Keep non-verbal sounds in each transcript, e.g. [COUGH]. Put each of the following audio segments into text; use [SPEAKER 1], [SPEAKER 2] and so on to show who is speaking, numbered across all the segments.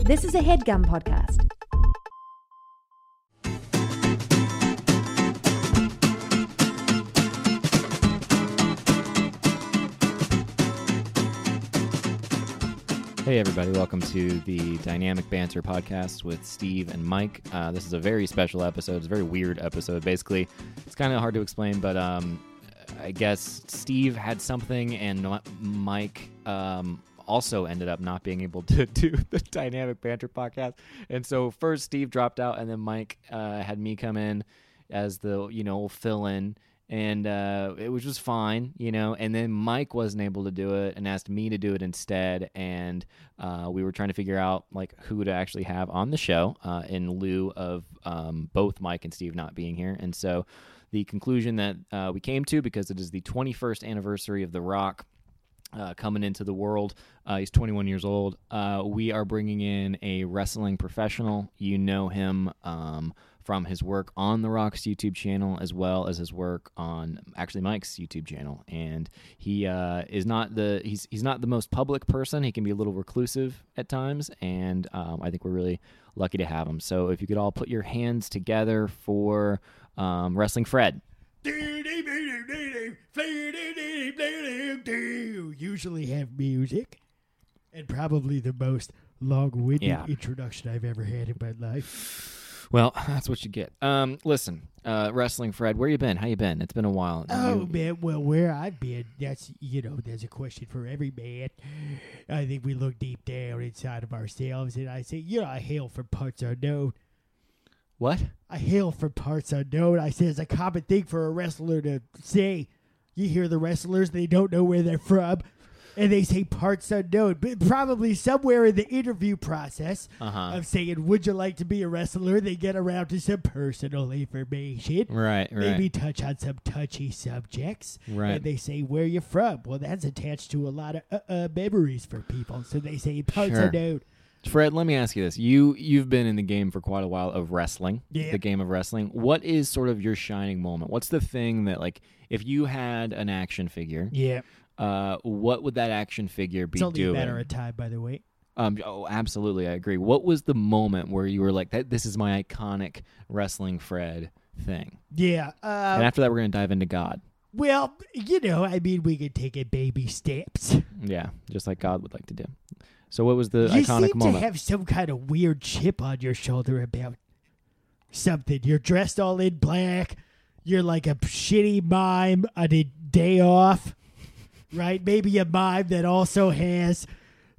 [SPEAKER 1] This is a headgum podcast.
[SPEAKER 2] Hey, everybody, welcome to the Dynamic Banter podcast with Steve and Mike. Uh, this is a very special episode. It's a very weird episode, basically. It's kind of hard to explain, but um, I guess Steve had something, and not- Mike um, also ended up not being able [LAUGHS] to do the Dynamic Banter podcast. And so, first, Steve dropped out, and then Mike uh, had me come in as the, you know, fill in and uh, it was just fine, you know. And then Mike wasn't able to do it and asked me to do it instead. And uh, we were trying to figure out like who to actually have on the show uh, in lieu of um, both Mike and Steve not being here. And so the conclusion that uh, we came to, because it is the 21st anniversary of The Rock uh, coming into the world. Uh, he's 21 years old. Uh, we are bringing in a wrestling professional. You know him um, from his work on The Rock's YouTube channel, as well as his work on actually Mike's YouTube channel. And he uh, is not the he's he's not the most public person. He can be a little reclusive at times, and um, I think we're really lucky to have him. So if you could all put your hands together for um, Wrestling Fred.
[SPEAKER 3] usually have music and probably the most long-winded
[SPEAKER 2] Yeah.
[SPEAKER 3] introduction I've ever had in my life.
[SPEAKER 2] Well, [LAUGHS] that's what you get. Um, listen, uh, wrestling Fred, where you been? How you been? It's been a while.
[SPEAKER 3] Oh
[SPEAKER 2] You-
[SPEAKER 3] man, well where I've been, that's you know, there's a question for every man. I think we look deep down inside of ourselves and I say, you know, I hail from parts unknown.
[SPEAKER 2] what?
[SPEAKER 3] I hail from parts unknown. I say it's a common thing for a wrestler to say. You hear the wrestlers, they don't know where they're from, and they say parts unknown, but probably somewhere in the interview process
[SPEAKER 2] Uh-huh.
[SPEAKER 3] of saying, "Would you like to be a wrestler?" They get around to some personal information.
[SPEAKER 2] Right, right.
[SPEAKER 3] Maybe touch on some touchy subjects,
[SPEAKER 2] Right.
[SPEAKER 3] and they say where you're from. Well, that's attached to a lot of uh, uh, memories for people, so they say parts
[SPEAKER 2] Sure.
[SPEAKER 3] unknown.
[SPEAKER 2] Fred, let me ask you this: you you've been in the game for quite a while of wrestling,
[SPEAKER 3] Yeah.
[SPEAKER 2] the game of wrestling. What is sort of your shining moment? What's the thing that like if you had an action figure,
[SPEAKER 3] Yeah,
[SPEAKER 2] uh, what would that action figure be
[SPEAKER 3] it's only
[SPEAKER 2] doing?
[SPEAKER 3] a matter of time, by the way.
[SPEAKER 2] um, oh, absolutely, I agree. What was the moment where you were like, "That this is my iconic wrestling Fred thing"?
[SPEAKER 3] Yeah. Uh,
[SPEAKER 2] and after that, we're gonna dive into God.
[SPEAKER 3] Well, you know, I mean, we could take it baby steps.
[SPEAKER 2] Yeah, just like God would like to do. So what was the
[SPEAKER 3] you
[SPEAKER 2] iconic
[SPEAKER 3] seem to
[SPEAKER 2] moment?
[SPEAKER 3] have some kind of weird chip on your shoulder about something. You're dressed all in black. You're like a shitty mime on a day off, right? Maybe a mime that also has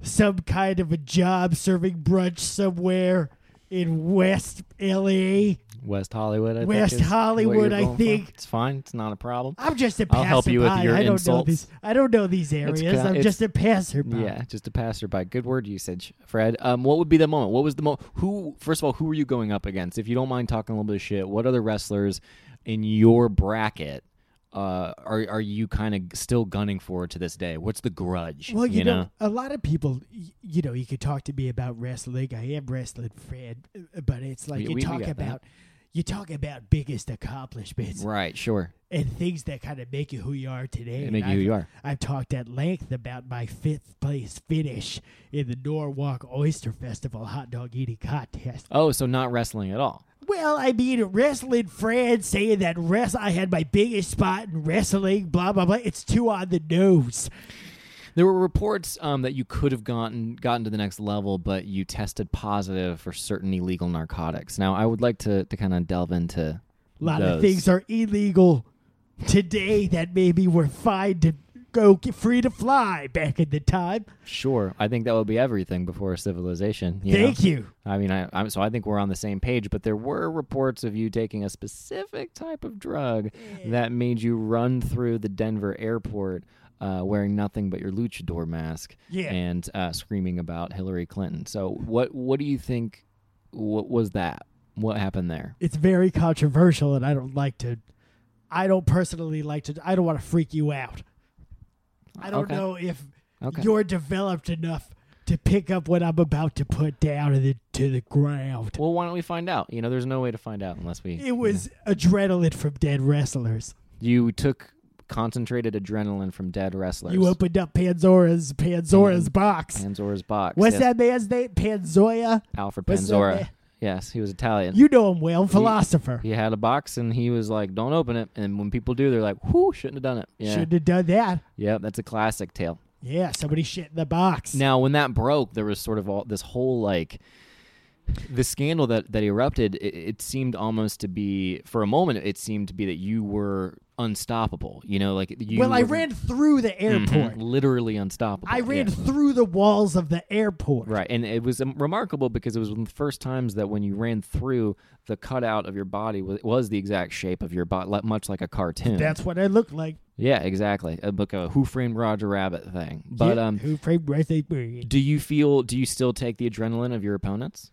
[SPEAKER 3] some kind of a job serving brunch somewhere in West LA.
[SPEAKER 2] West Hollywood, I
[SPEAKER 3] West
[SPEAKER 2] think. is what
[SPEAKER 3] Hollywood,
[SPEAKER 2] you're
[SPEAKER 3] I
[SPEAKER 2] going for.
[SPEAKER 3] think.
[SPEAKER 2] It's fine. It's not a problem.
[SPEAKER 3] I'm just a passerby.
[SPEAKER 2] I'll help you with your
[SPEAKER 3] I don't
[SPEAKER 2] insults.
[SPEAKER 3] know these. I don't know these areas.
[SPEAKER 2] kinda-
[SPEAKER 3] I'm
[SPEAKER 2] it's-
[SPEAKER 3] just a passerby.
[SPEAKER 2] Yeah, just a passerby. Good word usage, Fred. Um, what would be the moment? What was the moment? Who, first of all, who were you going up against? If you don't mind talking a little bit of shit, what other wrestlers in your bracket uh, are are you kind of still gunning for to this day? What's the grudge?
[SPEAKER 3] Well, you, know, a lot of people, y- you know, you could talk to me about wrestling. I am wrestling, Fred, but it's like
[SPEAKER 2] We-
[SPEAKER 3] you
[SPEAKER 2] we- we
[SPEAKER 3] talk
[SPEAKER 2] got that.
[SPEAKER 3] about you talk about biggest accomplishments
[SPEAKER 2] right? Sure,
[SPEAKER 3] and things that kind of make you who you are today.
[SPEAKER 2] They
[SPEAKER 3] And
[SPEAKER 2] make you who
[SPEAKER 3] I've-
[SPEAKER 2] you are.
[SPEAKER 3] I've talked at length about my fifth place finish in the Norwalk Oyster Festival hot dog eating contest.
[SPEAKER 2] Oh, so not wrestling at all.
[SPEAKER 3] Well, I mean, wrestling Fred saying that rest I had my biggest spot in wrestling, blah blah blah. It's too on the nose.
[SPEAKER 2] There were reports um, that you could have gotten gotten to the next level, but you tested positive for certain illegal narcotics. Now, I would like to, to kind of delve into
[SPEAKER 3] A lot
[SPEAKER 2] those.
[SPEAKER 3] of things are illegal today that maybe were fine to go get free to fly back in the time.
[SPEAKER 2] Sure, I think that would be everything before civilization. You
[SPEAKER 3] Thank
[SPEAKER 2] know?
[SPEAKER 3] you.
[SPEAKER 2] I mean, I, I'm so I think we're on the same page. But there were reports of you taking a specific type of drug that made you run through the Denver airport. Uh, wearing nothing but your luchador mask
[SPEAKER 3] Yeah.
[SPEAKER 2] and uh, screaming about Hillary Clinton. So, what what do you think? What was that? What happened there?
[SPEAKER 3] It's very controversial, and I don't like to. I don't personally like to. I don't want to freak you out. I don't
[SPEAKER 2] Okay.
[SPEAKER 3] know if
[SPEAKER 2] Okay.
[SPEAKER 3] you're developed enough to pick up what I'm about to put down to the, to the ground.
[SPEAKER 2] Well, why don't we find out? You know, there's no way to find out unless we.
[SPEAKER 3] It was adrenaline from dead wrestlers.
[SPEAKER 2] You took concentrated adrenaline from dead wrestlers.
[SPEAKER 3] You opened up Panzora's Panzora's box.
[SPEAKER 2] Panzora's box.
[SPEAKER 3] What's
[SPEAKER 2] yes.
[SPEAKER 3] that man's name? Panzoya.
[SPEAKER 2] Alfred
[SPEAKER 3] what's that
[SPEAKER 2] Panzora.
[SPEAKER 3] man?
[SPEAKER 2] Yes, he was Italian.
[SPEAKER 3] You know him well, philosopher.
[SPEAKER 2] he had a box and he was like, "Don't open it." And when people do, they're like, "Whoo, shouldn't have done it." Yeah,
[SPEAKER 3] Shouldn't have done that.
[SPEAKER 2] yeah, that's a classic tale.
[SPEAKER 3] Yeah, somebody shit in the box.
[SPEAKER 2] Now, when that broke, there was sort of all this whole like the scandal that that erupted. It, it seemed almost to be, for a moment, it seemed to be that you were unstoppable. You know, like you.
[SPEAKER 3] well, I
[SPEAKER 2] were-
[SPEAKER 3] ran through the
[SPEAKER 2] Mhm,
[SPEAKER 3] airport.
[SPEAKER 2] literally unstoppable.
[SPEAKER 3] I ran
[SPEAKER 2] Yeah.
[SPEAKER 3] through the walls of the airport.
[SPEAKER 2] Right, and it was um, remarkable because it was one of the first times that when you ran through the cutout of your body was, was the exact shape of your body, much like a cartoon.
[SPEAKER 3] That's what I looked like.
[SPEAKER 2] yeah, exactly, a book of Who Framed Roger Rabbit thing. But
[SPEAKER 3] Yeah,
[SPEAKER 2] um,
[SPEAKER 3] who framed Rosie Perry?
[SPEAKER 2] do you feel? Do you still take the adrenaline of your opponents?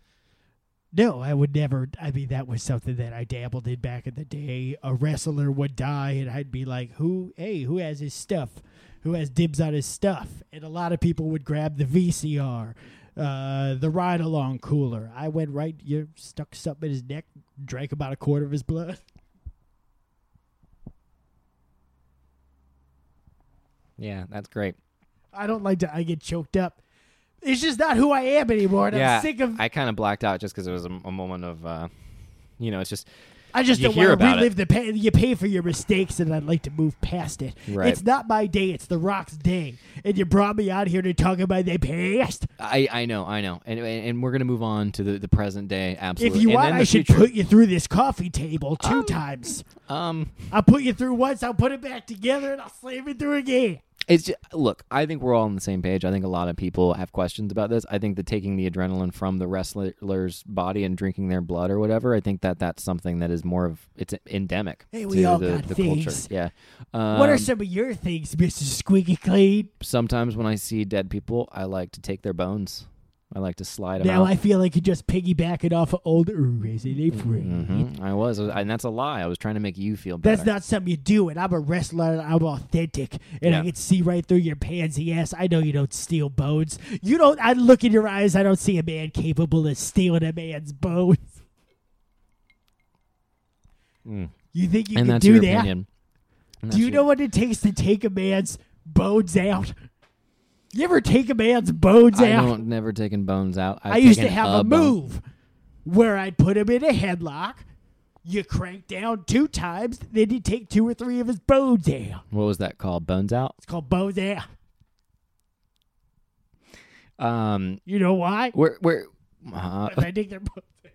[SPEAKER 3] No, I would never. I mean, that was something that I dabbled in back in the day. A wrestler would die, and I'd be like, "Who? Hey, who has his stuff? Who has dibs on his stuff?" And a lot of people would grab the VCR, uh, the ride along cooler. I went right. You stuck something in his neck, drank about a quarter of his blood. [LAUGHS]
[SPEAKER 2] Yeah, that's great.
[SPEAKER 3] I don't like to. I get choked up. It's just not who I am anymore. And
[SPEAKER 2] yeah,
[SPEAKER 3] I'm sick of. I,
[SPEAKER 2] I kind of blacked out just because it was a, a moment of, uh, you know, it's just
[SPEAKER 3] just
[SPEAKER 2] you
[SPEAKER 3] don't
[SPEAKER 2] hear
[SPEAKER 3] want to
[SPEAKER 2] about it.
[SPEAKER 3] relive the pain. You pay for your mistakes, and I'd like to move past it.
[SPEAKER 2] Right.
[SPEAKER 3] It's not my day. It's the Rock's day, and you brought me out here to talk about the past.
[SPEAKER 2] I, I know, I know, and and and we're gonna move on to the, the present day. Absolutely.
[SPEAKER 3] If you
[SPEAKER 2] and
[SPEAKER 3] want,
[SPEAKER 2] then
[SPEAKER 3] I
[SPEAKER 2] the
[SPEAKER 3] should
[SPEAKER 2] future.
[SPEAKER 3] put you through this coffee table two times.
[SPEAKER 2] um.
[SPEAKER 3] I'll put you through once. I'll put it back together, and I'll slam it through again.
[SPEAKER 2] It's just, look, I think we're all on the same page. I think a lot of people have questions about this. I think that taking the adrenaline from the wrestler's body and drinking their blood or whatever, I think that that's something that is more of it's endemic
[SPEAKER 3] Hey,
[SPEAKER 2] to
[SPEAKER 3] we all
[SPEAKER 2] the,
[SPEAKER 3] got
[SPEAKER 2] the culture.
[SPEAKER 3] things.
[SPEAKER 2] Yeah. Um,
[SPEAKER 3] what are some of your things, Mister Squeaky Clean?
[SPEAKER 2] sometimes when I see dead people, I like to take their bones. I like to slide them
[SPEAKER 3] Now
[SPEAKER 2] out.
[SPEAKER 3] I feel like you just piggyback it off of old Ooh, Resident Evil.
[SPEAKER 2] Mhm. I was, and that's a lie. I was trying to make you feel better.
[SPEAKER 3] Mm-hmm. That's not something you do. And I'm a wrestler. And I'm authentic, and
[SPEAKER 2] Yeah.
[SPEAKER 3] I can see right through your pansy ass. I know you don't steal bones. You don't. I look in your eyes. I don't see a man capable of stealing a man's bones.
[SPEAKER 2] Mm.
[SPEAKER 3] You think you
[SPEAKER 2] and
[SPEAKER 3] can
[SPEAKER 2] that's
[SPEAKER 3] do
[SPEAKER 2] your
[SPEAKER 3] that?
[SPEAKER 2] opinion. And
[SPEAKER 3] Do you
[SPEAKER 2] that's
[SPEAKER 3] know
[SPEAKER 2] your-
[SPEAKER 3] what it takes to take a man's bones out? You ever take a man's bones
[SPEAKER 2] I
[SPEAKER 3] out?
[SPEAKER 2] don't never taken bones out. I've
[SPEAKER 3] I used to
[SPEAKER 2] taken
[SPEAKER 3] have a
[SPEAKER 2] bone.
[SPEAKER 3] move where I'd put him in a headlock. You crank down two times, then you take two or three of his bones out.
[SPEAKER 2] What was that called? Bones out.
[SPEAKER 3] It's called bones out.
[SPEAKER 2] Um,
[SPEAKER 3] You
[SPEAKER 2] [LAUGHS]
[SPEAKER 3] know why?
[SPEAKER 2] Where where uh,
[SPEAKER 3] Because I think they're both.
[SPEAKER 2] oh,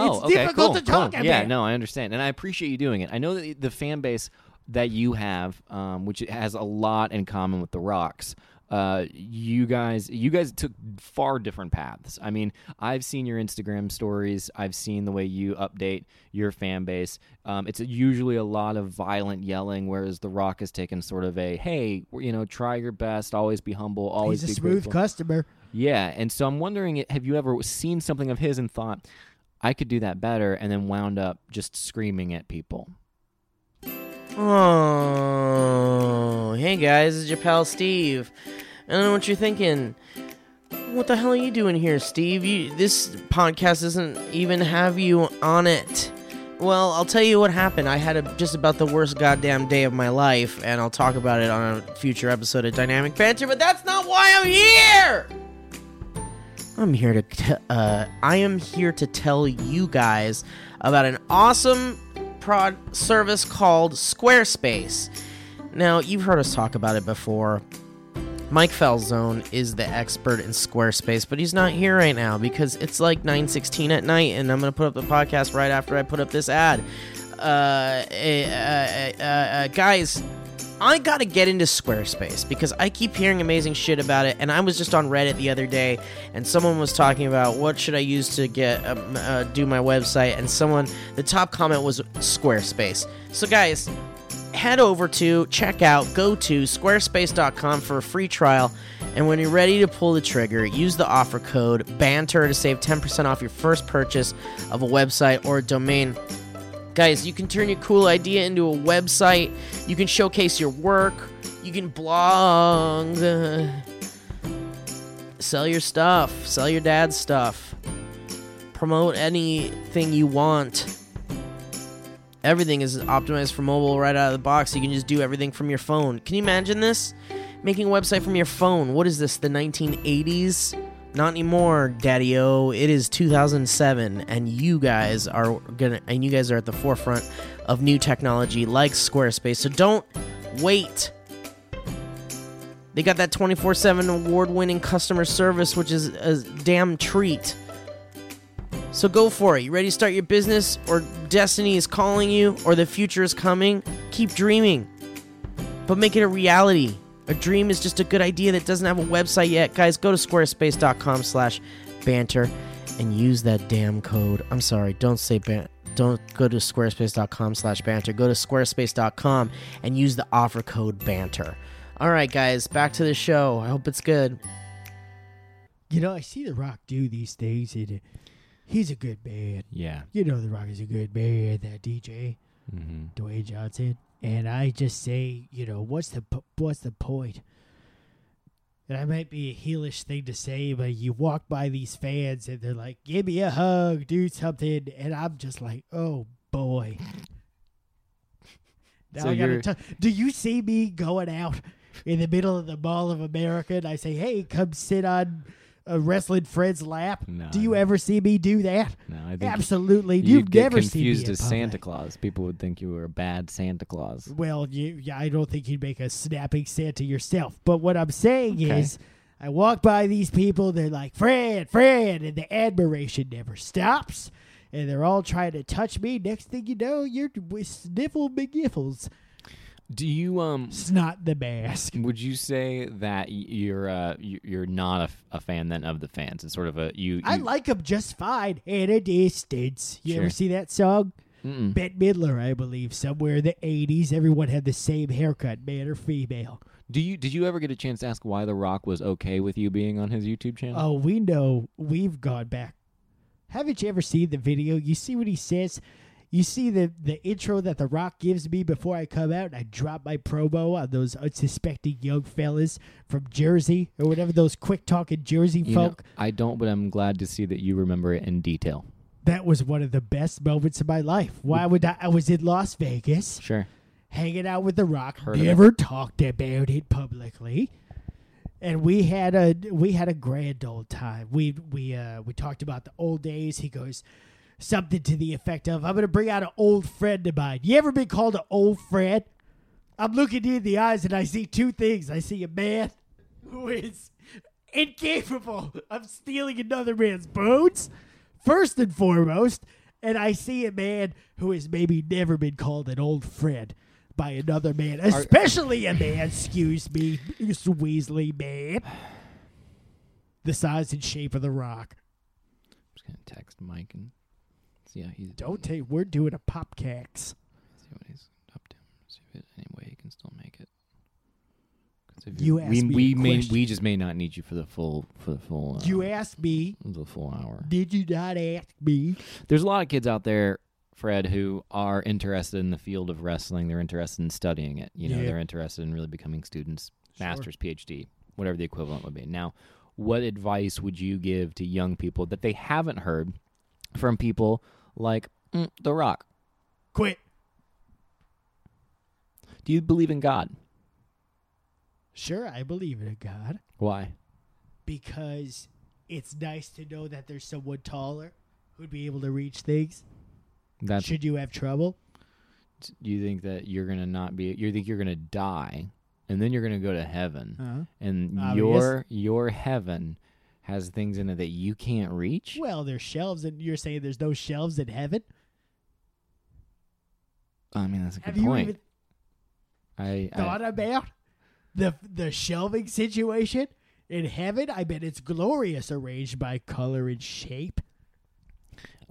[SPEAKER 3] it's
[SPEAKER 2] Oh, okay,
[SPEAKER 3] difficult
[SPEAKER 2] cool,
[SPEAKER 3] to talk
[SPEAKER 2] cool. Yeah,
[SPEAKER 3] about.
[SPEAKER 2] no, I understand, and I appreciate you doing it. I know that the- the fan base that you have, um, which has a lot in common with the Rocks. Uh, you guys, you guys took far different paths. I mean, I've seen your Instagram stories. I've seen the way you update your fan base. Um, it's usually a lot of violent yelling, whereas The Rock has taken sort of a, hey, you know, try your best, always be humble, always
[SPEAKER 3] He's a
[SPEAKER 2] be
[SPEAKER 3] smooth
[SPEAKER 2] grateful.
[SPEAKER 3] customer.
[SPEAKER 2] Yeah, and so I'm wondering, have you ever seen something of his and thought, I could do that better, and then wound up just screaming at people?
[SPEAKER 1] Oh, hey guys, it's your pal Steve. I don't know what you're thinking. What the hell are you doing here, Steve? You, this podcast doesn't even have you on it. Well, I'll tell you what happened. I had a, just about the worst goddamn day of my life, and I'll talk about it on a future episode of Dynamic Banter, but that's not why I'm here! I'm here to t- uh, I am here to tell you guys about an awesome prod service called Squarespace. Now, you've heard us talk about it before. Mike Falzone is the expert in Squarespace, but he's not here right now because it's like 9:16 at night and I'm going to put up the podcast right after I put up this ad. Uh, eh, uh, uh, uh, guys, I gotta get into Squarespace because I keep hearing amazing shit about it. And I was just on Reddit the other day, and someone was talking about what should I use to get um, uh, do my website, and someone the top comment was Squarespace. So guys, head over to check out go to squarespace.com for a free trial and when you're ready to pull the trigger use the offer code banter to save 10% off your first purchase of a website or a domain Guys, you can turn your cool idea into a website. You can showcase your work. You can blog. uh, sell your stuff. Sell your dad's stuff. Promote anything you want. Everything is optimized for mobile right out of the box. You can just do everything from your phone. Can you imagine this? Making a website from your phone. What is this, the 1980s? Not anymore, Daddy O. It is 2007, and you guys are gonna, and you guys are at the forefront of new technology like Squarespace. So don't wait. They got that 24 7 award winning customer service, which is a damn treat. So go for it. You ready to start your business, or destiny is calling you, or the future is coming? Keep dreaming, but make it a reality. A dream is just a good idea that doesn't have a website yet. Guys, go to squarespace.com slash banter and use that damn code. I'm sorry, don't say ban. Don't go to squarespace.com slash banter. Go to squarespace.com and use the offer code banter. All right, guys, back to the show. I hope it's good.
[SPEAKER 3] You know, I see The Rock do these things, and he's a good man.
[SPEAKER 2] Yeah.
[SPEAKER 3] You know, The Rock is a good man. That DJ
[SPEAKER 2] Mm-hmm.
[SPEAKER 3] Dwayne Johnson, and I just say, you know, what's the po- what's the point? And I might be a heelish thing to say, but you walk by these fans and they're like, "Give me a hug, do something," and I'm just like, "Oh boy." Now
[SPEAKER 2] So
[SPEAKER 3] I gotta
[SPEAKER 2] you're-
[SPEAKER 3] tell. Do you see me going out in the middle of the Mall of America and I say, "Hey, come sit on a wrestling friend's lap"?
[SPEAKER 2] No,
[SPEAKER 3] do you
[SPEAKER 2] no.
[SPEAKER 3] ever see me do that?
[SPEAKER 2] No, I think
[SPEAKER 3] Absolutely,
[SPEAKER 2] you'd
[SPEAKER 3] you've
[SPEAKER 2] get
[SPEAKER 3] never seen me
[SPEAKER 2] confused
[SPEAKER 3] in
[SPEAKER 2] as Santa
[SPEAKER 3] public.
[SPEAKER 2] Claus. People would think you were a bad Santa Claus.
[SPEAKER 3] Well, you, yeah, I don't think you'd make a snapping Santa yourself. But what I'm saying
[SPEAKER 2] Okay.
[SPEAKER 3] is, I walk by these people, they're like, Fred, Fred, and the admiration never stops. And they're all trying to touch me. Next thing you know, you're with Sniffle McGiffles.
[SPEAKER 2] Do you um?
[SPEAKER 3] Snot
[SPEAKER 2] [LAUGHS]
[SPEAKER 3] the mask.
[SPEAKER 2] Would you say that y- you're uh you- you're not a, f- a fan then of the fans? It's sort of a you.
[SPEAKER 3] I
[SPEAKER 2] you-
[SPEAKER 3] like them just fine at a distance. You
[SPEAKER 2] Sure.
[SPEAKER 3] ever see that song?
[SPEAKER 2] Mm-mm.
[SPEAKER 3] Bette Midler, I believe, somewhere in the 80s. Everyone had the same haircut, man or female.
[SPEAKER 2] Do you did you ever get a chance to ask why The Rock was okay with you being on his YouTube channel?
[SPEAKER 3] Oh, we know we've gone back. Haven't you ever seen the video? You see what he says? You see the, the intro that The Rock gives me before I come out and I drop my promo on those unsuspecting young fellas from Jersey or whatever those quick talking Jersey
[SPEAKER 2] You know,
[SPEAKER 3] folk.
[SPEAKER 2] I don't, but I'm glad to see that you remember it in detail.
[SPEAKER 3] That was one of the best moments of my life. Why would I? I was in Las Vegas
[SPEAKER 2] Sure.
[SPEAKER 3] hanging out with The Rock.
[SPEAKER 2] Heard of it.
[SPEAKER 3] never talked about it publicly. And we had a we had a grand old time. We we uh, we talked about the old days. He goes something to the effect of, "I'm going to bring out an old friend of mine." You ever been called an old friend? I'm looking you in the eyes and I see two things. I see a man who is incapable of stealing another man's bones, first and foremost, and I see a man who has maybe never been called an old friend by another man, especially a man, excuse me, Mr. Weasley man. The size and shape of the rock.
[SPEAKER 2] I'm just gonna text Mike and see how he's
[SPEAKER 3] Don't take we're doing a popcax.
[SPEAKER 2] See what he's up to. See if there's any way he can still make it. 'Cause if
[SPEAKER 3] You asked
[SPEAKER 2] we,
[SPEAKER 3] me
[SPEAKER 2] we
[SPEAKER 3] a
[SPEAKER 2] may
[SPEAKER 3] question.
[SPEAKER 2] we just may not need you for the full for the full uh,
[SPEAKER 3] You asked me,
[SPEAKER 2] the full hour.
[SPEAKER 3] did you not ask me?
[SPEAKER 2] There's a lot of kids out there, Fred, who are interested in the field of wrestling. They're interested in studying it. You know,
[SPEAKER 3] Yeah.
[SPEAKER 2] they're interested in really becoming students,
[SPEAKER 3] Sure.
[SPEAKER 2] masters, PhD, whatever the equivalent would be. Now, what advice would you give to young people that they haven't heard from people like mm, The Rock?
[SPEAKER 3] Quit.
[SPEAKER 2] Do you believe in God?
[SPEAKER 3] Sure, I believe in a God.
[SPEAKER 2] Why?
[SPEAKER 3] because it's nice to know that there's someone taller who'd be able to reach things.
[SPEAKER 2] That's
[SPEAKER 3] Should you have trouble?
[SPEAKER 2] you think that you're gonna not be you think you're gonna die and then you're gonna go to heaven
[SPEAKER 3] Huh?
[SPEAKER 2] and
[SPEAKER 3] Uh, Obvious.
[SPEAKER 2] your your heaven has things in it that you can't reach
[SPEAKER 3] Well, there's shelves, and you're saying there's no shelves in heaven.
[SPEAKER 2] i mean that's a
[SPEAKER 3] Have
[SPEAKER 2] good
[SPEAKER 3] you
[SPEAKER 2] point
[SPEAKER 3] even
[SPEAKER 2] I, I
[SPEAKER 3] thought about the the shelving situation in heaven? I bet it's glorious, arranged by color and shape.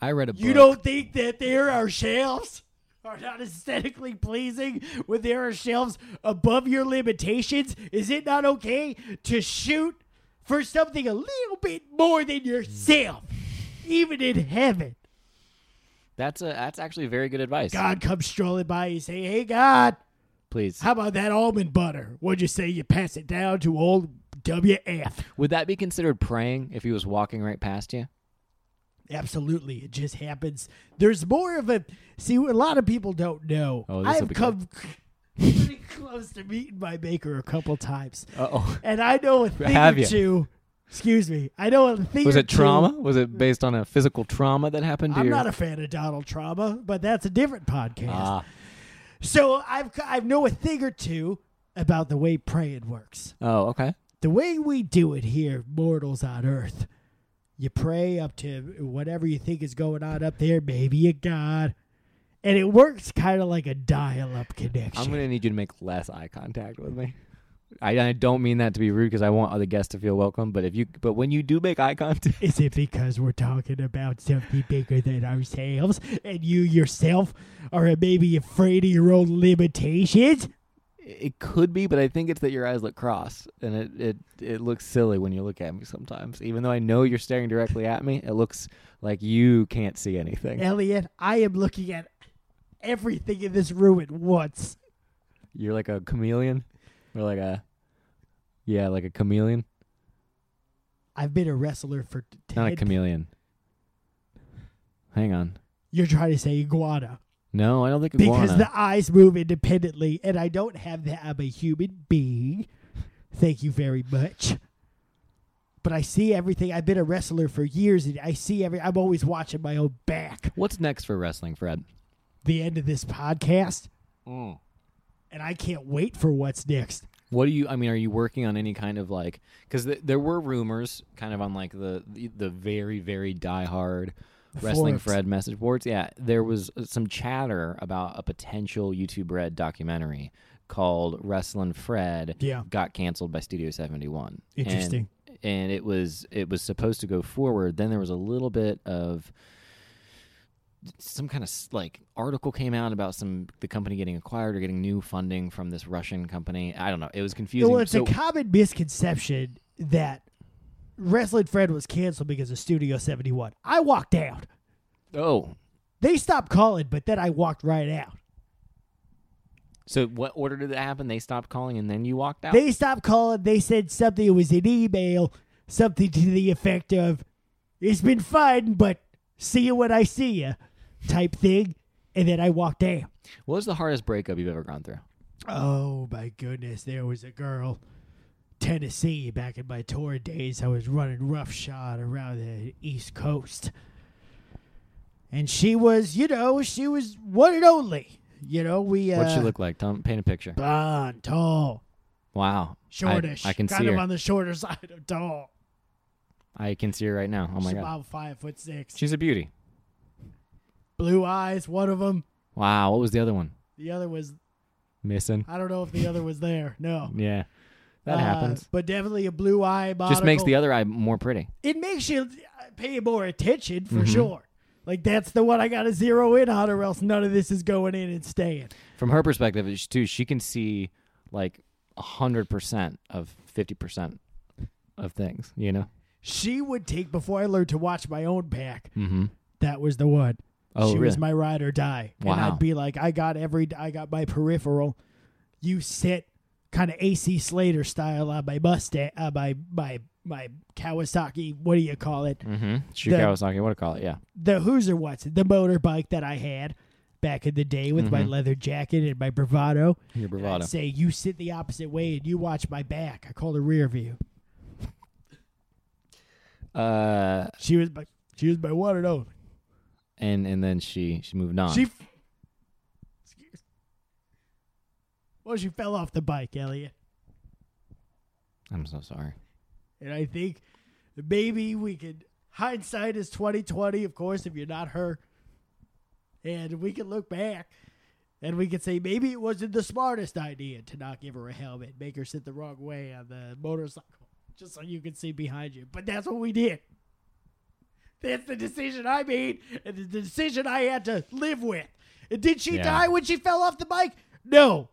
[SPEAKER 2] i read a book
[SPEAKER 3] You don't think that there are shelves are not aesthetically pleasing when there are shelves above your limitations? Is it not okay to shoot for something a little bit more than yourself, even in heaven?
[SPEAKER 2] that's a that's actually very good advice
[SPEAKER 3] God comes strolling by and say, "Hey, God,
[SPEAKER 2] please
[SPEAKER 3] how about that almond butter? Would you say you pass it down to old WF?"
[SPEAKER 2] would that be considered praying if he was walking right past you
[SPEAKER 3] Absolutely, it just happens. There's more of a see. what A lot of people don't know.
[SPEAKER 2] Oh, this'll
[SPEAKER 3] I've
[SPEAKER 2] be
[SPEAKER 3] come pretty close to meeting my maker a couple times,
[SPEAKER 2] Uh oh.
[SPEAKER 3] and I know a thing
[SPEAKER 2] Have
[SPEAKER 3] or
[SPEAKER 2] you?
[SPEAKER 3] two. Excuse me, I know a
[SPEAKER 2] [LAUGHS]
[SPEAKER 3] thing.
[SPEAKER 2] Was
[SPEAKER 3] or
[SPEAKER 2] it
[SPEAKER 3] two.
[SPEAKER 2] trauma? Was it based on a physical trauma that happened to
[SPEAKER 3] I'm
[SPEAKER 2] your?
[SPEAKER 3] not a fan of Donald Trauma, but that's a different podcast.
[SPEAKER 2] ah,
[SPEAKER 3] So I've I know a thing or two about the way praying works.
[SPEAKER 2] oh, okay.
[SPEAKER 3] The way we do it here, mortals on Earth, you pray up to whatever you think is going on up there, maybe a god, and it works kind of like a dial-up connection.
[SPEAKER 2] I'm gonna need you to make less eye contact with me. I, I don't mean that to be rude because I want other guests to feel welcome. But if you, but when you do make eye contact,
[SPEAKER 3] Is it because we're talking about something bigger than ourselves, and you yourself are maybe afraid of your own limitations?
[SPEAKER 2] it could be. But I think it's that your eyes look cross, and it it it looks silly when you look at me sometimes. Even though I know you're staring directly at me, it looks like you can't see anything.
[SPEAKER 3] Elliot, I am looking at everything in this room at once.
[SPEAKER 2] You're like a chameleon, or like a, yeah, like a chameleon,
[SPEAKER 3] I've been a wrestler for t- ten.
[SPEAKER 2] not a chameleon. Hang on.
[SPEAKER 3] You're trying to say iguana
[SPEAKER 2] No, I don't think iguana.
[SPEAKER 3] because the eyes move independently, and I don't have that. I'm a human being. Thank you very much. But I see everything. I've been a wrestler for years, and I see every. I'm always watching my own back.
[SPEAKER 2] What's next for wrestling, Fred?
[SPEAKER 3] The end of this podcast, and I can't wait for what's next.
[SPEAKER 2] What do you? I mean, are you working on any kind of like? Because th- there were rumors, kind of on like the the, the very very diehard wrestling
[SPEAKER 3] forums.
[SPEAKER 2] Fred message boards. Yeah, there was uh, some chatter about a potential YouTube Red documentary called Wrestling Fred.
[SPEAKER 3] Yeah.
[SPEAKER 2] got canceled by Studio Seventy One.
[SPEAKER 3] Oh. Interesting.
[SPEAKER 2] And, and it was it was supposed to go forward. Then there was a little bit of some kind of s- like article came out about some the company getting acquired or getting new funding from this Russian company. I don't know. It was confusing.
[SPEAKER 3] Well, it's
[SPEAKER 2] So-
[SPEAKER 3] a common misconception that Wrestling Fred was canceled because of Studio 71. I walked out.
[SPEAKER 2] oh,
[SPEAKER 3] They stopped calling, but then I walked right out.
[SPEAKER 2] so what order did that happen? They stopped calling and then you walked out.
[SPEAKER 3] They stopped calling. They said something. It was an email, something to the effect of, "It's been fun, but see you when I see you," type thing. And then I walked out.
[SPEAKER 2] what was the hardest breakup you've ever gone through?
[SPEAKER 3] Oh my goodness! There was a girl, Tennessee. Back in my tour days, I was running roughshod around the East Coast, and she was, you know, she was one and only. You know, we uh,
[SPEAKER 2] What'd she look like? Tell, paint a picture.
[SPEAKER 3] blonde, tall,
[SPEAKER 2] Wow,
[SPEAKER 3] shortish,
[SPEAKER 2] I, I can
[SPEAKER 3] kind
[SPEAKER 2] see
[SPEAKER 3] of
[SPEAKER 2] her.
[SPEAKER 3] on the shorter [LAUGHS] side of tall.
[SPEAKER 2] I can see her right now. Oh my
[SPEAKER 3] She's
[SPEAKER 2] god,
[SPEAKER 3] about five foot six.
[SPEAKER 2] she's a beauty.
[SPEAKER 3] Blue eyes, one of them.
[SPEAKER 2] Wow, what was the other one?
[SPEAKER 3] The other was,
[SPEAKER 2] Missing.
[SPEAKER 3] I don't know if the other was there. No,
[SPEAKER 2] Yeah, that
[SPEAKER 3] Uh,
[SPEAKER 2] happens.
[SPEAKER 3] But definitely a blue eye. Monocle.
[SPEAKER 2] Just makes the other eye more pretty.
[SPEAKER 3] It makes you uh, pay more attention
[SPEAKER 2] Mm-hmm.
[SPEAKER 3] for sure. Like that's the one I got to zero in on, or else none of this is going in and staying.
[SPEAKER 2] From her perspective, it's too she can see like hundred percent of fifty percent of things. You know.
[SPEAKER 3] She would take before I learned to watch my own pack.
[SPEAKER 2] Mm-hmm.
[SPEAKER 3] That was the one.
[SPEAKER 2] Oh,
[SPEAKER 3] she
[SPEAKER 2] really?
[SPEAKER 3] was my ride or die, and
[SPEAKER 2] Wow.
[SPEAKER 3] I'd be like, I got every, I got my peripheral. You sit, kind of AC Slater style on my Mustang, on my my my Kawasaki. What do you call it?
[SPEAKER 2] mm-hmm. Shoot
[SPEAKER 3] The-
[SPEAKER 2] Kawasaki. What do you call it? Yeah.
[SPEAKER 3] the Hoosier what's it, the motorbike that I had back in the day with my leather jacket and my bravado.
[SPEAKER 2] Your Mm-hmm. bravado.
[SPEAKER 3] I'd say you sit the opposite way and you watch my back. I called her rear view.
[SPEAKER 2] Uh,
[SPEAKER 3] She was my she was my one and only.
[SPEAKER 2] and and then she she moved on.
[SPEAKER 3] She f- Excuse- well, she fell off the bike, Elliot,
[SPEAKER 2] I'm so sorry.
[SPEAKER 3] and I think maybe we could. Hindsight is twenty twenty, of course. If you're not her, and we can look back. And we could say maybe it wasn't the smartest idea to not give her a helmet, make her sit the wrong way on the motorcycle, just so you could see behind you. But that's what we did. That's the decision I made, and the decision I had to live with. And did she
[SPEAKER 2] Yeah.
[SPEAKER 3] die when she fell off the bike? No.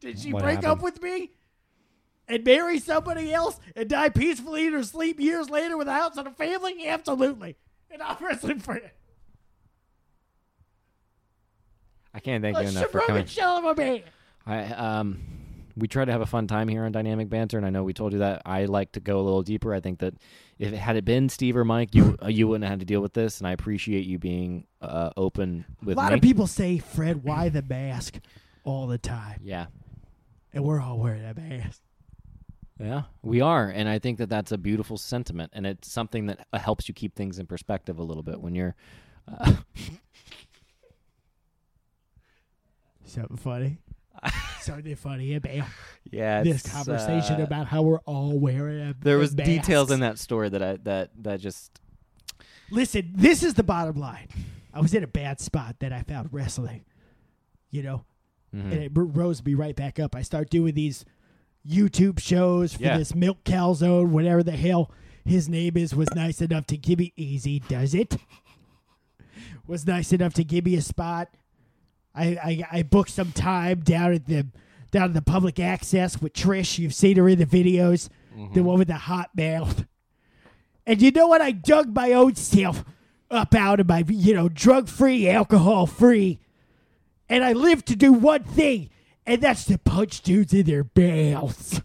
[SPEAKER 3] Did she
[SPEAKER 2] What
[SPEAKER 3] break up
[SPEAKER 2] happened?
[SPEAKER 3] with me and marry somebody else and die peacefully in her sleep years later with a house and a family? Absolutely. And I'm wrestling for it.
[SPEAKER 2] I can't thank you
[SPEAKER 3] Let's
[SPEAKER 2] enough for coming.
[SPEAKER 3] shell of a man.
[SPEAKER 2] I um we try to have a fun time here on Dynamic Banter, and I know we told you that I like to go a little deeper. I think that if it had it been Steve or Mike, you uh, you wouldn't have had to deal with this, and I appreciate you being uh, open
[SPEAKER 3] A
[SPEAKER 2] with
[SPEAKER 3] lot
[SPEAKER 2] me.
[SPEAKER 3] of people say, Fred, why the mask all the time?
[SPEAKER 2] Yeah,
[SPEAKER 3] And we're all wearing a mask.
[SPEAKER 2] yeah, we are, and I think that that's a beautiful sentiment, and it's something that uh, helps you keep things in perspective a little bit when you're. Uh, [LAUGHS]
[SPEAKER 3] Something funny. Something funny about
[SPEAKER 2] yeah, uh,
[SPEAKER 3] this conversation about how we're all wearing a
[SPEAKER 2] There was
[SPEAKER 3] masks.
[SPEAKER 2] details in that story that I that that just
[SPEAKER 3] Listen, this is the bottom line. I was in a bad spot that I found wrestling, you know,
[SPEAKER 2] mhm.
[SPEAKER 3] and it r- rose me right back up. I start doing these YouTube shows for
[SPEAKER 2] Yeah.
[SPEAKER 3] this Milk Calzone, whatever the hell his name is, was nice enough to give me easy, does it? Was nice enough to give me a spot. I, I, I booked some time down at the down at the public access with Trish. You've seen her in the videos, the one with the hot mouth. And you know what? I dug my own self up out of my, you know, drug free, alcohol free. And I live to do one thing, and that's to punch dudes in their mouths.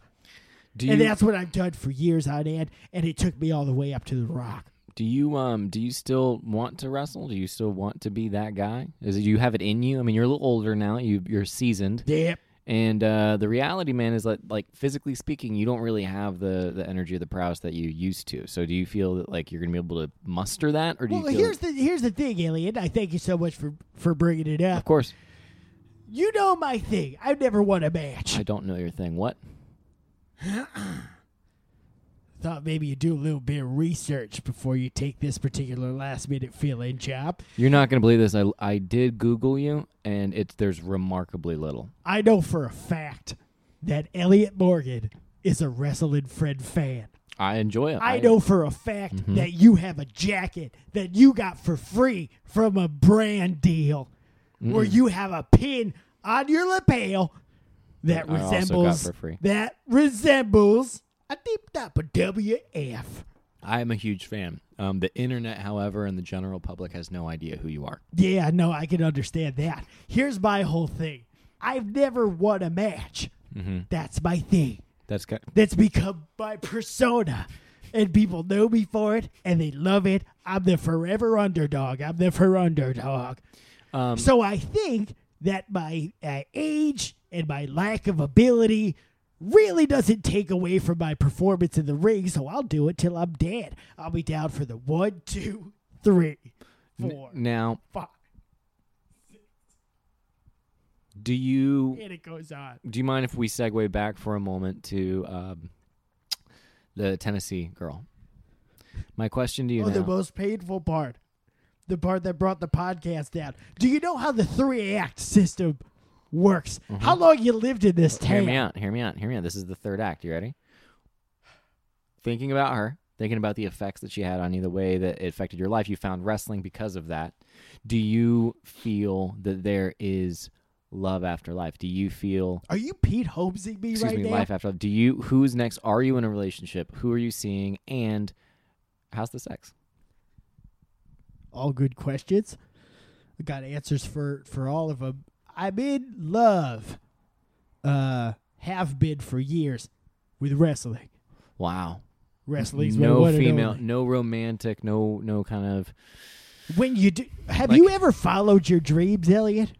[SPEAKER 2] Do
[SPEAKER 3] and
[SPEAKER 2] you-
[SPEAKER 3] that's what I've done for years on end, and it took me all the way up to the rock.
[SPEAKER 2] Do you um do you still want to wrestle? Do you still want to be that guy? Is it, do you have it in you? I mean, you're a little older now. You you're seasoned,
[SPEAKER 3] Yep.
[SPEAKER 2] and uh, the reality, man, is that like physically speaking, you don't really have the the energy of the prowess that you used to. So, do you feel that like you're gonna be able to muster that, or do
[SPEAKER 3] Well,
[SPEAKER 2] you? Feel
[SPEAKER 3] here's the here's the thing, Alien. I thank you so much for for bringing it
[SPEAKER 2] of
[SPEAKER 3] up.
[SPEAKER 2] course,
[SPEAKER 3] You know my thing. I've never won a match.
[SPEAKER 2] I don't know your thing. What?
[SPEAKER 3] thought maybe you do a little bit of research before you take this particular last minute fill in job.
[SPEAKER 2] You're not gonna believe this. I I did Google you, and it's there's remarkably little.
[SPEAKER 3] I know for a fact that Elliot Morgan is a wrestling Fred fan.
[SPEAKER 2] I enjoy it.
[SPEAKER 3] I know for a fact
[SPEAKER 2] Mm-hmm.
[SPEAKER 3] that you have a jacket that you got for free from a brand deal where you have a pin on your lapel that
[SPEAKER 2] I also got
[SPEAKER 3] resembles
[SPEAKER 2] for free.
[SPEAKER 3] that resembles a deep top of WF.
[SPEAKER 2] I am a huge fan. Um, the internet, however, and the general public has no idea who you are.
[SPEAKER 3] Yeah, no, I can understand that. Here's my whole thing. I've never won a match.
[SPEAKER 2] Mm-hmm.
[SPEAKER 3] That's my thing.
[SPEAKER 2] That's kind
[SPEAKER 3] That's become my persona. And people know me for it and they love it. I'm the forever underdog. I'm the for underdog.
[SPEAKER 2] Um,
[SPEAKER 3] so I think that my uh, age and my lack of ability really doesn't take away from my performance in the ring. So I'll do it till I'm dead. I'll be down for the one, two, three, four,
[SPEAKER 2] Now,
[SPEAKER 3] five.
[SPEAKER 2] do you
[SPEAKER 3] and it goes on.
[SPEAKER 2] do you mind if we segue back for a moment to um, the Tennessee girl? My question to you
[SPEAKER 3] Oh, the
[SPEAKER 2] now.
[SPEAKER 3] most painful part. The part that brought the podcast down. Do you know how the three act system works? How long you lived in this
[SPEAKER 2] Mm-hmm. hear
[SPEAKER 3] town?
[SPEAKER 2] me out. Hear me out. Hear me out. This is the third act. You ready? Thinking about her, thinking about the effects that she had on you, the way that it affected your life. You found wrestling because of that. Do you feel that there is love after life? Do you feel
[SPEAKER 3] Are you Pete Holmesing me
[SPEAKER 2] excuse
[SPEAKER 3] right
[SPEAKER 2] me,
[SPEAKER 3] now?
[SPEAKER 2] life after life? Do you who's next? Are you in a relationship? Who are you seeing? And how's the sex?
[SPEAKER 3] All good questions. We got answers for for all of them. I'm in love. Uh, have been for years with wrestling.
[SPEAKER 2] Wow.
[SPEAKER 3] Wrestling's my
[SPEAKER 2] no
[SPEAKER 3] one and
[SPEAKER 2] female,
[SPEAKER 3] only.
[SPEAKER 2] no romantic, no no kind of.
[SPEAKER 3] When you do, have
[SPEAKER 2] Like-
[SPEAKER 3] you ever followed your dreams, Elliot?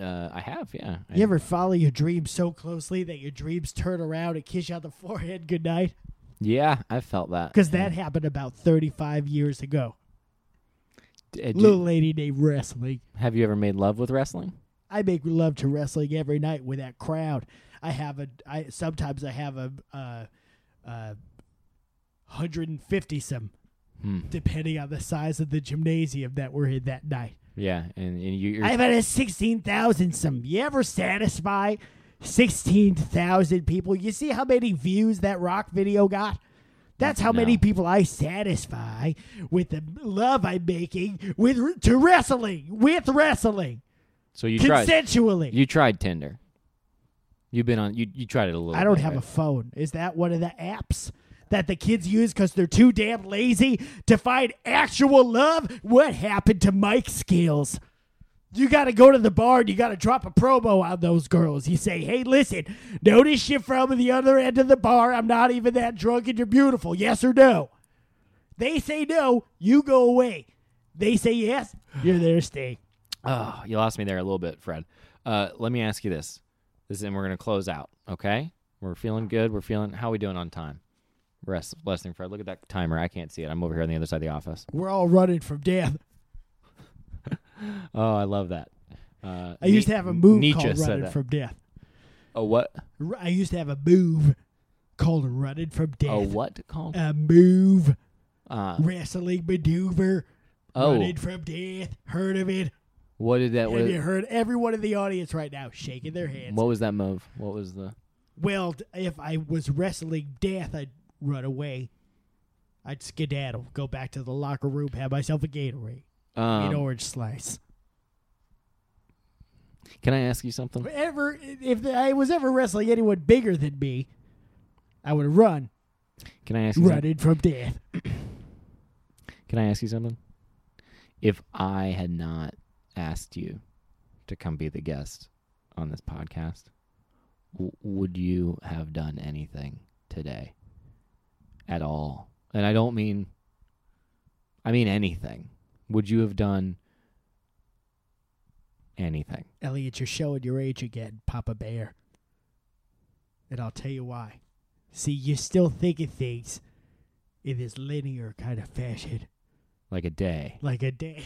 [SPEAKER 2] Uh, I have, yeah. I-
[SPEAKER 3] You ever follow your dreams so closely that your dreams turn around and kiss you on the forehead goodnight?
[SPEAKER 2] Yeah, I felt that.
[SPEAKER 3] Because that happened about 35 years ago.
[SPEAKER 2] D- uh, do-
[SPEAKER 3] Little lady named Wrestling.
[SPEAKER 2] have you ever made love with wrestling?
[SPEAKER 3] I make love to wrestling every night with that crowd. I have a, I sometimes I have a, uh, uh, 150 some,
[SPEAKER 2] Hmm.
[SPEAKER 3] depending on the size of the gymnasium that we're in that night.
[SPEAKER 2] Yeah, and, and you. You're,
[SPEAKER 3] I've had a 16,000 some. You ever satisfy 16,000 people? You see how many views that rock video got? That's how many
[SPEAKER 2] No.
[SPEAKER 3] people I satisfy with the love I'm making with to wrestling, with wrestling,
[SPEAKER 2] so you tried.
[SPEAKER 3] consensually.
[SPEAKER 2] You tried Tinder. You've been on. You you tried it a little.
[SPEAKER 3] I don't
[SPEAKER 2] bit,
[SPEAKER 3] have
[SPEAKER 2] right?
[SPEAKER 3] a phone. Is that one of the apps that the kids use because they're too damn lazy to find actual love? What happened to Mike's skills? You got to go to the bar and you got to drop a promo on those girls. You say, hey, listen, notice you from the other end of the bar. I'm not even that drunk and you're beautiful. Yes or no? They say no, you go away. They say yes, you're there to stay.
[SPEAKER 2] Oh, you lost me there a little bit, Fred. Uh, let me ask you this. This and we're gonna close out. Okay, we're feeling good. We're feeling. How we doing on time? Rest, blessing, Fred. Look at that timer. I can't see it. I'm over here on the other side of the office.
[SPEAKER 3] We're all running from death.
[SPEAKER 2] Oh, I love that. Uh,
[SPEAKER 3] I used
[SPEAKER 2] Ni-
[SPEAKER 3] to have a move
[SPEAKER 2] Nietzsche
[SPEAKER 3] called
[SPEAKER 2] said
[SPEAKER 3] running
[SPEAKER 2] that.
[SPEAKER 3] from death.
[SPEAKER 2] a what?
[SPEAKER 3] R- I used to have a move called running from death.
[SPEAKER 2] A what called?
[SPEAKER 3] A move,
[SPEAKER 2] Uh,
[SPEAKER 3] wrestling maneuver,
[SPEAKER 2] oh,
[SPEAKER 3] running from death. Heard of it?
[SPEAKER 2] what did that? What,
[SPEAKER 3] Have you heard everyone in the audience right now shaking their hands?
[SPEAKER 2] what was that move? What was the?
[SPEAKER 3] Well, d- if I was wrestling death, I'd run away. I'd skedaddle, go back to the locker room, have myself a Gatorade,
[SPEAKER 2] Um,
[SPEAKER 3] an orange slice.
[SPEAKER 2] can I ask you something?
[SPEAKER 3] Ever, if I was ever wrestling anyone bigger than me, I would run,
[SPEAKER 2] Can I ask you? Something?
[SPEAKER 3] running from death.
[SPEAKER 2] Can I ask you something? If I had not asked you to come be the guest on this podcast, w- would you have done anything today at all? And I don't mean, I mean anything. Would you have done anything?
[SPEAKER 3] Elliot, you're showing your age again, Papa Bear. And I'll tell you why. See, you're still thinking things in this linear kind of fashion,
[SPEAKER 2] Like a day?
[SPEAKER 3] like a day.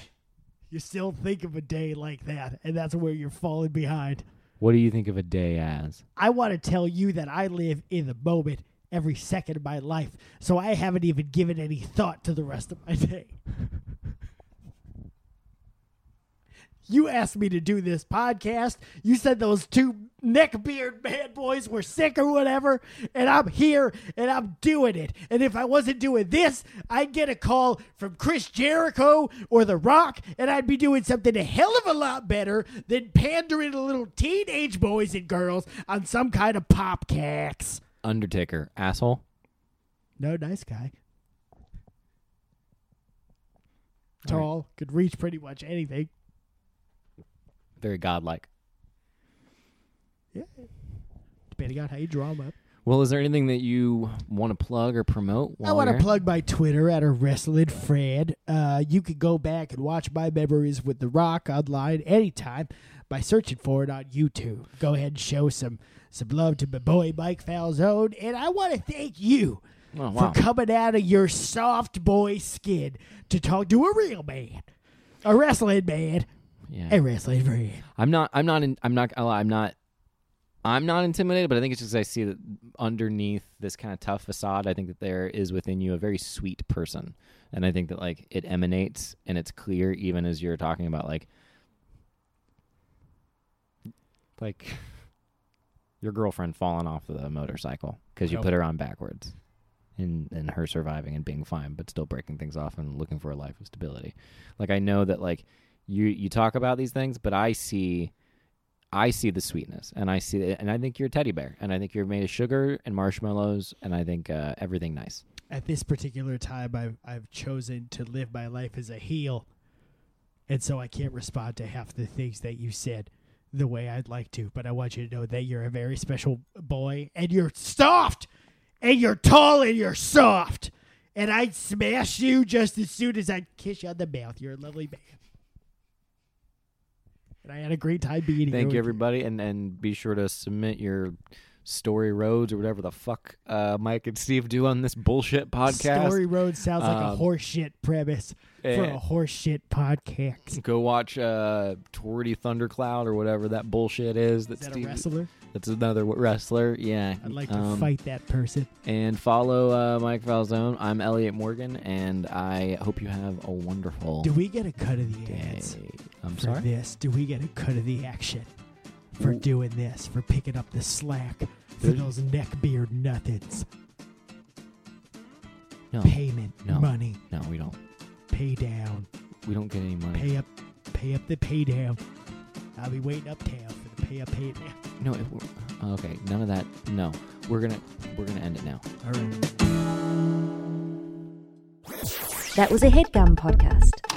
[SPEAKER 3] You still think of a day like that, and that's where you're falling behind.
[SPEAKER 2] What do you think of a day as?
[SPEAKER 3] I want to tell you that I live in the moment every second of my life, so I haven't even given any thought to the rest of my day. you asked me to do this podcast. You said those two neckbeard bad boys were sick or whatever, and I'm here and I'm doing it. And if I wasn't doing this, I'd get a call from Chris Jericho or The Rock, and I'd be doing something a hell of a lot better than pandering to little teenage boys and girls on some kind of popcacks.
[SPEAKER 2] Undertaker, asshole.
[SPEAKER 3] No, nice guy. Tall, could reach pretty much anything.
[SPEAKER 2] Very godlike.
[SPEAKER 3] Depending on how you draw him up.
[SPEAKER 2] Well, is there anything that you want to plug or promote?
[SPEAKER 3] I
[SPEAKER 2] while
[SPEAKER 3] want
[SPEAKER 2] you're
[SPEAKER 3] to
[SPEAKER 2] in?
[SPEAKER 3] plug my Twitter at a wrestling Fred. Uh, you can go back and watch my memories with The Rock online anytime by searching for it on YouTube. Go ahead and show some some love to my boy Mike Falzone, and I want to thank you
[SPEAKER 2] Oh, wow.
[SPEAKER 3] for coming out of your soft boy skin to talk to a real man, a wrestling man,
[SPEAKER 2] Yeah.
[SPEAKER 3] a wrestling Fred.
[SPEAKER 2] I'm not. I'm not. In, I'm not. gonna lie, I'm not. I'm not intimidated, but I think it's just 'cause I see that underneath this kind of tough facade, I think that there is within you a very sweet person, and I think that like it emanates and it's clear even as you're talking about like, like [LAUGHS] your girlfriend falling off the motorcycle because you
[SPEAKER 3] Yep.
[SPEAKER 2] put her on backwards, and and her surviving and being fine, but still breaking things off and looking for a life of stability. Like I know that like you you talk about these things, but I see I see the sweetness, and I see it, and I think you're a teddy bear, and I think you're made of sugar and marshmallows, and I think uh, everything nice.
[SPEAKER 3] at this particular time I've I've chosen to live my life as a heel. And so I can't respond to half the things that you said the way I'd like to, but I want you to know that you're a very special boy and you're soft and you're tall and you're soft. And I'd smash you just as soon as I'd kiss you on the mouth. You're a lovely man. And I had a great time being here.
[SPEAKER 2] Thank
[SPEAKER 3] with
[SPEAKER 2] you, everybody, and and be sure to submit your story roads or whatever the fuck uh, Mike and Steve do on this bullshit podcast.
[SPEAKER 3] Story Road sounds like a
[SPEAKER 2] Um,
[SPEAKER 3] horseshit premise for
[SPEAKER 2] eh.
[SPEAKER 3] a horseshit podcast.
[SPEAKER 2] Go watch uh, Torty Thundercloud or whatever that bullshit is. That
[SPEAKER 3] Is that
[SPEAKER 2] Steve,
[SPEAKER 3] a wrestler?
[SPEAKER 2] That's another wrestler. Yeah,
[SPEAKER 3] I'd like to
[SPEAKER 2] um,
[SPEAKER 3] fight that person.
[SPEAKER 2] And follow uh, Mike Valzone. I'm Elliot Morgan, and I hope you have a wonderful
[SPEAKER 3] Do we get a cut of the
[SPEAKER 2] day.
[SPEAKER 3] ads
[SPEAKER 2] I'm
[SPEAKER 3] for
[SPEAKER 2] sorry.
[SPEAKER 3] this? Do we get a cut of the action for
[SPEAKER 2] Ooh.
[SPEAKER 3] doing this? For picking up the slack for
[SPEAKER 2] There's-
[SPEAKER 3] those neckbeard nothings?
[SPEAKER 2] No,
[SPEAKER 3] Payment,
[SPEAKER 2] No.
[SPEAKER 3] money,
[SPEAKER 2] no, we don't.
[SPEAKER 3] pay down,
[SPEAKER 2] We don't get any money.
[SPEAKER 3] pay up, pay up the pay down. I'll be waiting uptown for the pay up pay down.
[SPEAKER 2] No, it, we're- okay, none of that. No, we're gonna we're gonna end it now.
[SPEAKER 3] All right.
[SPEAKER 4] That was a headgum podcast.